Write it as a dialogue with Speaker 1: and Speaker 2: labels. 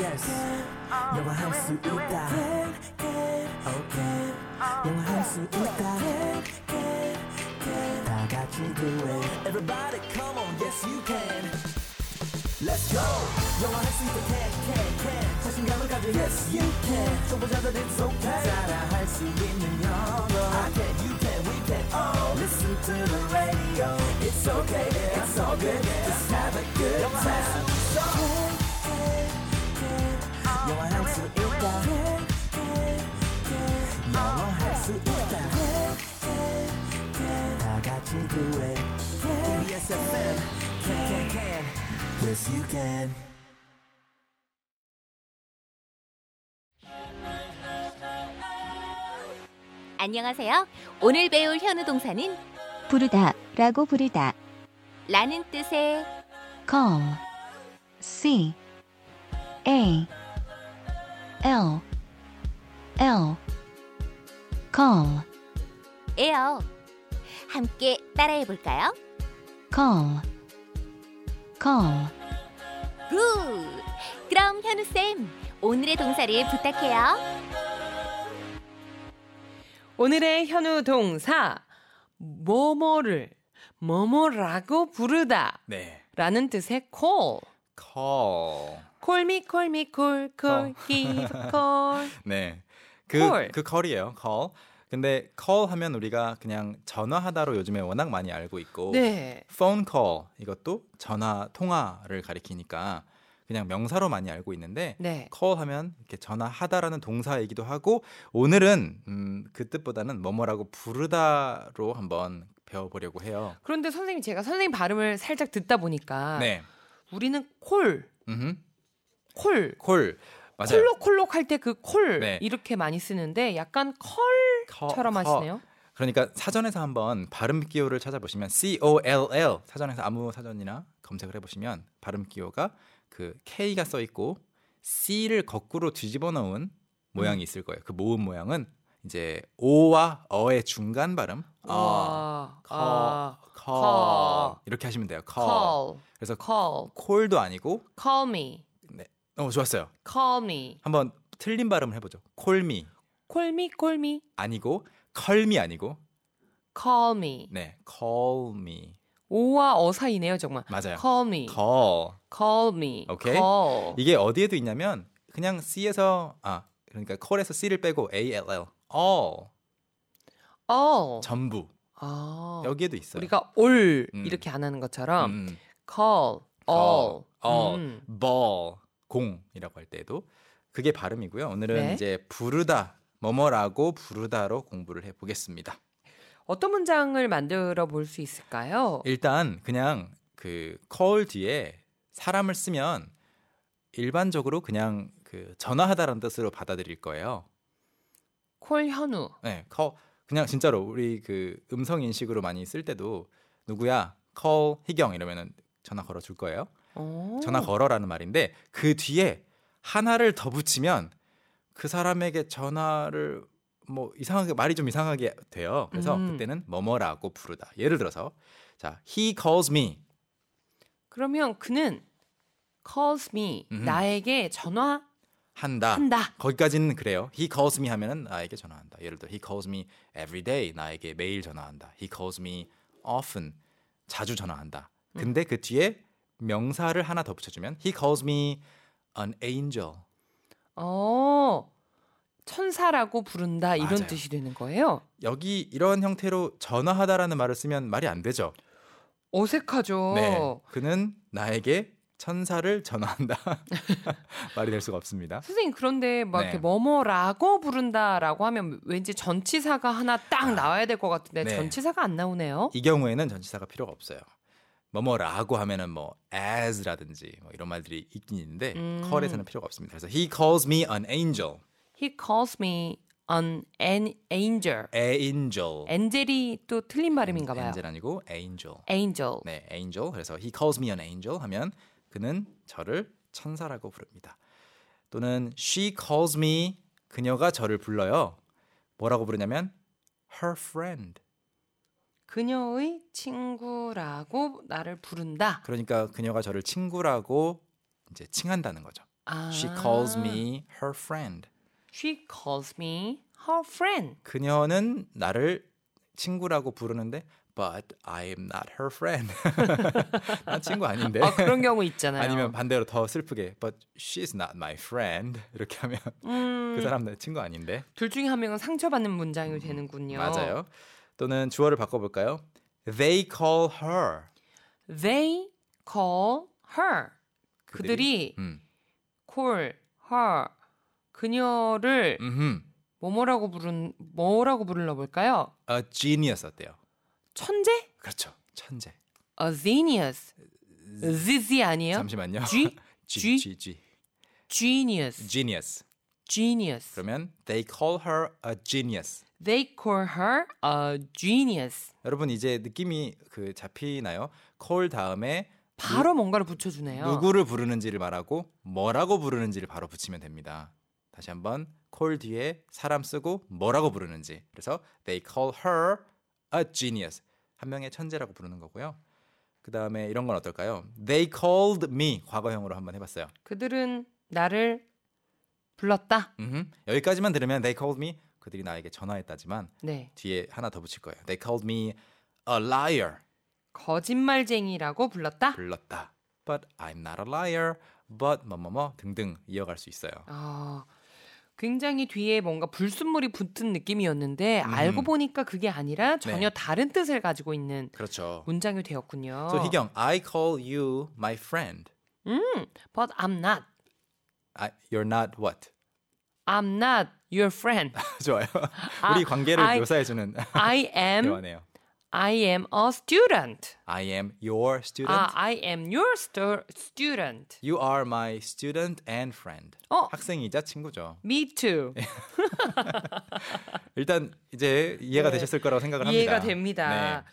Speaker 1: yes 영화할 수 있다 okay 영화할 수 있다 다 같이 do it everybody come on yes you can Let's go 영화할 수 있다 can can can 자신감을 가져 yes you can 초보자들 it's okay 따라할 수 있는 영어 I can you can we can all listen to the radio it's okay yeah, it's all good just have a good time 영화할 수 있다 영화할 수 있다 다 같이 do it KBS FM can can can yes you can
Speaker 2: 안녕하세요. 오늘 배울 현우 동사는
Speaker 3: 부르다 라고 부르다
Speaker 2: 라는 뜻의
Speaker 3: call C A L L call
Speaker 2: 에요. 함께 따라해 볼까요?
Speaker 3: call call
Speaker 2: 굿! 그럼 현우쌤, 오늘의 동사를 부탁해요.
Speaker 4: 오늘의 현우 동사 뭐뭐를 뭐뭐라고 부르다
Speaker 5: 네.
Speaker 4: 라는 뜻의 call
Speaker 5: call.
Speaker 4: 콜미 콜미 콜콜
Speaker 5: 어.
Speaker 4: give call
Speaker 5: 네. 그,
Speaker 4: call.
Speaker 5: 그 call이에요. call. 근데 call 하면 우리가 그냥 전화하다로 요즘에 워낙 많이 알고 있고
Speaker 4: 네
Speaker 5: phone call 이것도 전화 통화를 가리키니까 그냥 명사로 많이 알고 있는데
Speaker 4: 네.
Speaker 5: call 하면 이렇게 전화하다라는 동사이기도 하고 오늘은 음, 그 뜻보다는 뭐뭐라고 부르다로 한번 배워보려고 해요.
Speaker 4: 그런데 선생님 제가 선생님 발음을 살짝 듣다 보니까
Speaker 5: 네.
Speaker 4: 우리는 콜,
Speaker 5: 음흠.
Speaker 4: 콜,
Speaker 5: 콜 맞아요.
Speaker 4: 콜록콜록 할 때 그 콜
Speaker 5: 네.
Speaker 4: 이렇게 많이 쓰는데 약간 컬처럼
Speaker 5: call, call.
Speaker 4: 하시네요.
Speaker 5: 그러니까 사전에서 한번 발음 기호를 찾아보시면 C O L L 사전에서 아무 사전이나 검색을 해보시면 발음 기호가 그 K가 써 있고 C를 거꾸로 뒤집어 놓은 모양이 있을 거예요. 그 모음 모양은 이제 O와 어의 중간 발음. 어,
Speaker 4: 아,
Speaker 5: call,
Speaker 4: 아,
Speaker 5: call.
Speaker 4: call.
Speaker 5: 이렇게 하시면 돼요. call.
Speaker 4: call,
Speaker 5: 그래서
Speaker 4: call,
Speaker 5: 콜도 아니고
Speaker 4: call me,
Speaker 5: 어 좋았어요.
Speaker 4: call me,
Speaker 5: 한번 틀린 발음을 해보죠. 콜미
Speaker 4: call me, call me,
Speaker 5: 아니고 컬미 아니고
Speaker 4: call me.
Speaker 5: 네 call me
Speaker 4: 오와 어 사이네요 정말.
Speaker 5: 맞아요.
Speaker 4: Call me,
Speaker 5: call
Speaker 4: call me,
Speaker 5: 오케이.
Speaker 4: call.
Speaker 5: 이게 어디에도 있냐면 그냥 C에서 아 그러니까 call에서 C를 빼고 A L L all
Speaker 4: all.
Speaker 5: 전부
Speaker 4: 어. 아,
Speaker 5: 여기에도 있어요.
Speaker 4: 우리가 all
Speaker 5: 음.
Speaker 4: 이렇게 안 하는 것처럼
Speaker 5: 음,
Speaker 4: call, all,
Speaker 5: all
Speaker 4: 음.
Speaker 5: ball 공이라고 할 때도 그게 발음이고요. 오늘은
Speaker 4: 네.
Speaker 5: 이제 부르다 뭐뭐라고 부르다로 공부를 해보겠습니다.
Speaker 4: 어떤 문장을 만들어 볼 수 있을까요?
Speaker 5: 예. 일단 그냥 그 call 뒤에 사람을 쓰면 일반적으로 그냥 그 전화하다라는 뜻으로 받아들일 거예요.
Speaker 4: 콜 현우,
Speaker 5: 네, call 그냥 진짜로 우리 그 음성 인식으로 많이 쓸 때도 누구야 call 희경 이러면은 전화 걸어 줄 거예요.
Speaker 4: 오.
Speaker 5: 전화 걸어라는 말인데 그 뒤에 하나를 더 붙이면 그 사람에게 전화를 뭐 이상하게 말이 좀 이상하게 돼요. 그래서
Speaker 4: 음.
Speaker 5: 그때는 뭐뭐라고 부르다. 예를 들어서 자 he calls me
Speaker 4: 그러면 그는 calls me
Speaker 5: 음.
Speaker 4: 나에게 전화한다.
Speaker 5: 한다. 거기까지는 그래요. He calls me 하면은 나에게 전화한다. 예를 들어 he calls me every day 나에게 매일 전화한다. He calls me often 자주 전화한다. 근데 그 뒤에 명사를 하나 더 붙여주면 he calls me an angel.
Speaker 4: 어, 천사라고 부른다 이런
Speaker 5: 맞아요.
Speaker 4: 뜻이 되는 거예요.
Speaker 5: 여기 이런 형태로 전화하다라는 말을 쓰면 말이 안 되죠.
Speaker 4: 어색하죠.
Speaker 5: 네, 그는 나에게 천사를 전화한다. 말이 될 수가 없습니다.
Speaker 4: 선생님 그런데 막
Speaker 5: 네.
Speaker 4: 이렇게 뭐뭐라고 부른다라고 하면 왠지 전치사가 하나 딱 나와야 될 것 같은데
Speaker 5: 아. 네.
Speaker 4: 전치사가 안 나오네요.
Speaker 5: 이 경우에는 전치사가 필요가 없어요. 뭐뭐라고 하면은 뭐 as라든지 뭐 이런 말들이 있긴 있는데
Speaker 4: 음.
Speaker 5: call에서는 필요가 없습니다. 그래서 he calls me an angel,
Speaker 4: He calls me an, an angel.
Speaker 5: a angel.
Speaker 4: 엔젤이 또 틀린 발음인가 봐요.
Speaker 5: angel 아니고 angel.
Speaker 4: angel.
Speaker 5: 네, angel. 그래서 he calls me an angel 하면 그는 저를 천사라고 부릅니다. 또는 she calls me 그녀가 저를 불러요. 뭐라고 부르냐면 her friend.
Speaker 4: 그녀의 친구라고 나를 부른다.
Speaker 5: 그러니까 그녀가 저를 친구라고 이제 칭한다는 거죠.
Speaker 4: 아.
Speaker 5: She calls me her friend.
Speaker 4: She calls me her friend.
Speaker 5: 그녀는 나를 친구라고 부르는데 but I am not her friend. 난 친구 아닌데.
Speaker 4: 아 그런 경우 있잖아요.
Speaker 5: 아니면 반대로 더 슬프게 but she's not my friend 이렇게 하면
Speaker 4: 음.
Speaker 5: 그 사람 내 친구 아닌데.
Speaker 4: 둘 중에 한 명은 상처받는 문장이 되는군요.
Speaker 5: 맞아요. 또는 주어를 바꿔 볼까요? They call her.
Speaker 4: They call her. 그들이,
Speaker 5: 음.
Speaker 4: call her. 그녀를
Speaker 5: 음흠.
Speaker 4: 뭐뭐라고 부른 뭐라고 부르나 볼까요?
Speaker 5: a genius 어때요?
Speaker 4: 천재?
Speaker 5: 그렇죠. 천재.
Speaker 4: A genius. ZZ 아니에요?
Speaker 5: 잠시만요.
Speaker 4: G
Speaker 5: G
Speaker 4: G
Speaker 5: G G
Speaker 4: genius.
Speaker 5: genius.
Speaker 4: Genius.
Speaker 5: 그러면 they call her a genius.
Speaker 4: They call her a genius.
Speaker 5: 여러분 이제 느낌이 그 잡히나요? call 다음에
Speaker 4: 바로 뭔가를 붙여주네요.
Speaker 5: 누구를 부르는지를 말하고 뭐라고 부르는지를 바로 붙이면 됩니다. 다시 한번 call 뒤에 사람 쓰고 뭐라고 부르는지. 그래서 they call her a genius. 한 명의 천재라고 부르는 거고요. 그 다음에 이런 건 어떨까요? They called me 과거형으로 한번 해봤어요.
Speaker 4: 그들은 나를 불렀다.
Speaker 5: 음흠. 여기까지만 들으면 they called me 그들이 나에게 전화했다지만
Speaker 4: 네.
Speaker 5: 뒤에 하나 더 붙일 거예요. They called me a liar.
Speaker 4: 거짓말쟁이라고 불렀다.
Speaker 5: 불렀다. But I'm not a liar. But 뭐뭐뭐 등등 이어갈 수 있어요.
Speaker 4: 아, 굉장히 뒤에 뭔가 불순물이 붙은 느낌이었는데
Speaker 5: 음.
Speaker 4: 알고 보니까 그게
Speaker 5: 네.
Speaker 4: 아니라 전혀 다른 뜻을 가지고 있는
Speaker 5: 그렇죠.
Speaker 4: 문장이 되었군요.
Speaker 5: So 희경, I call you my friend.
Speaker 4: But I'm not.
Speaker 5: I, you're not what?
Speaker 4: I'm not your friend.
Speaker 5: 좋아요. 우리 관계를
Speaker 4: I-
Speaker 5: 묘사해주는
Speaker 4: I am
Speaker 5: 대화네요.
Speaker 4: I am a student.
Speaker 5: I am your student.
Speaker 4: 아, I am your stu- student.
Speaker 5: You are my student and friend.
Speaker 4: 어.
Speaker 5: 학생이자 친구죠.
Speaker 4: Me too.
Speaker 5: 일단 이제 이해가
Speaker 4: 네.
Speaker 5: 되셨을 거라고 생각을 합니다.
Speaker 4: 이해가 됩니다.
Speaker 5: 네.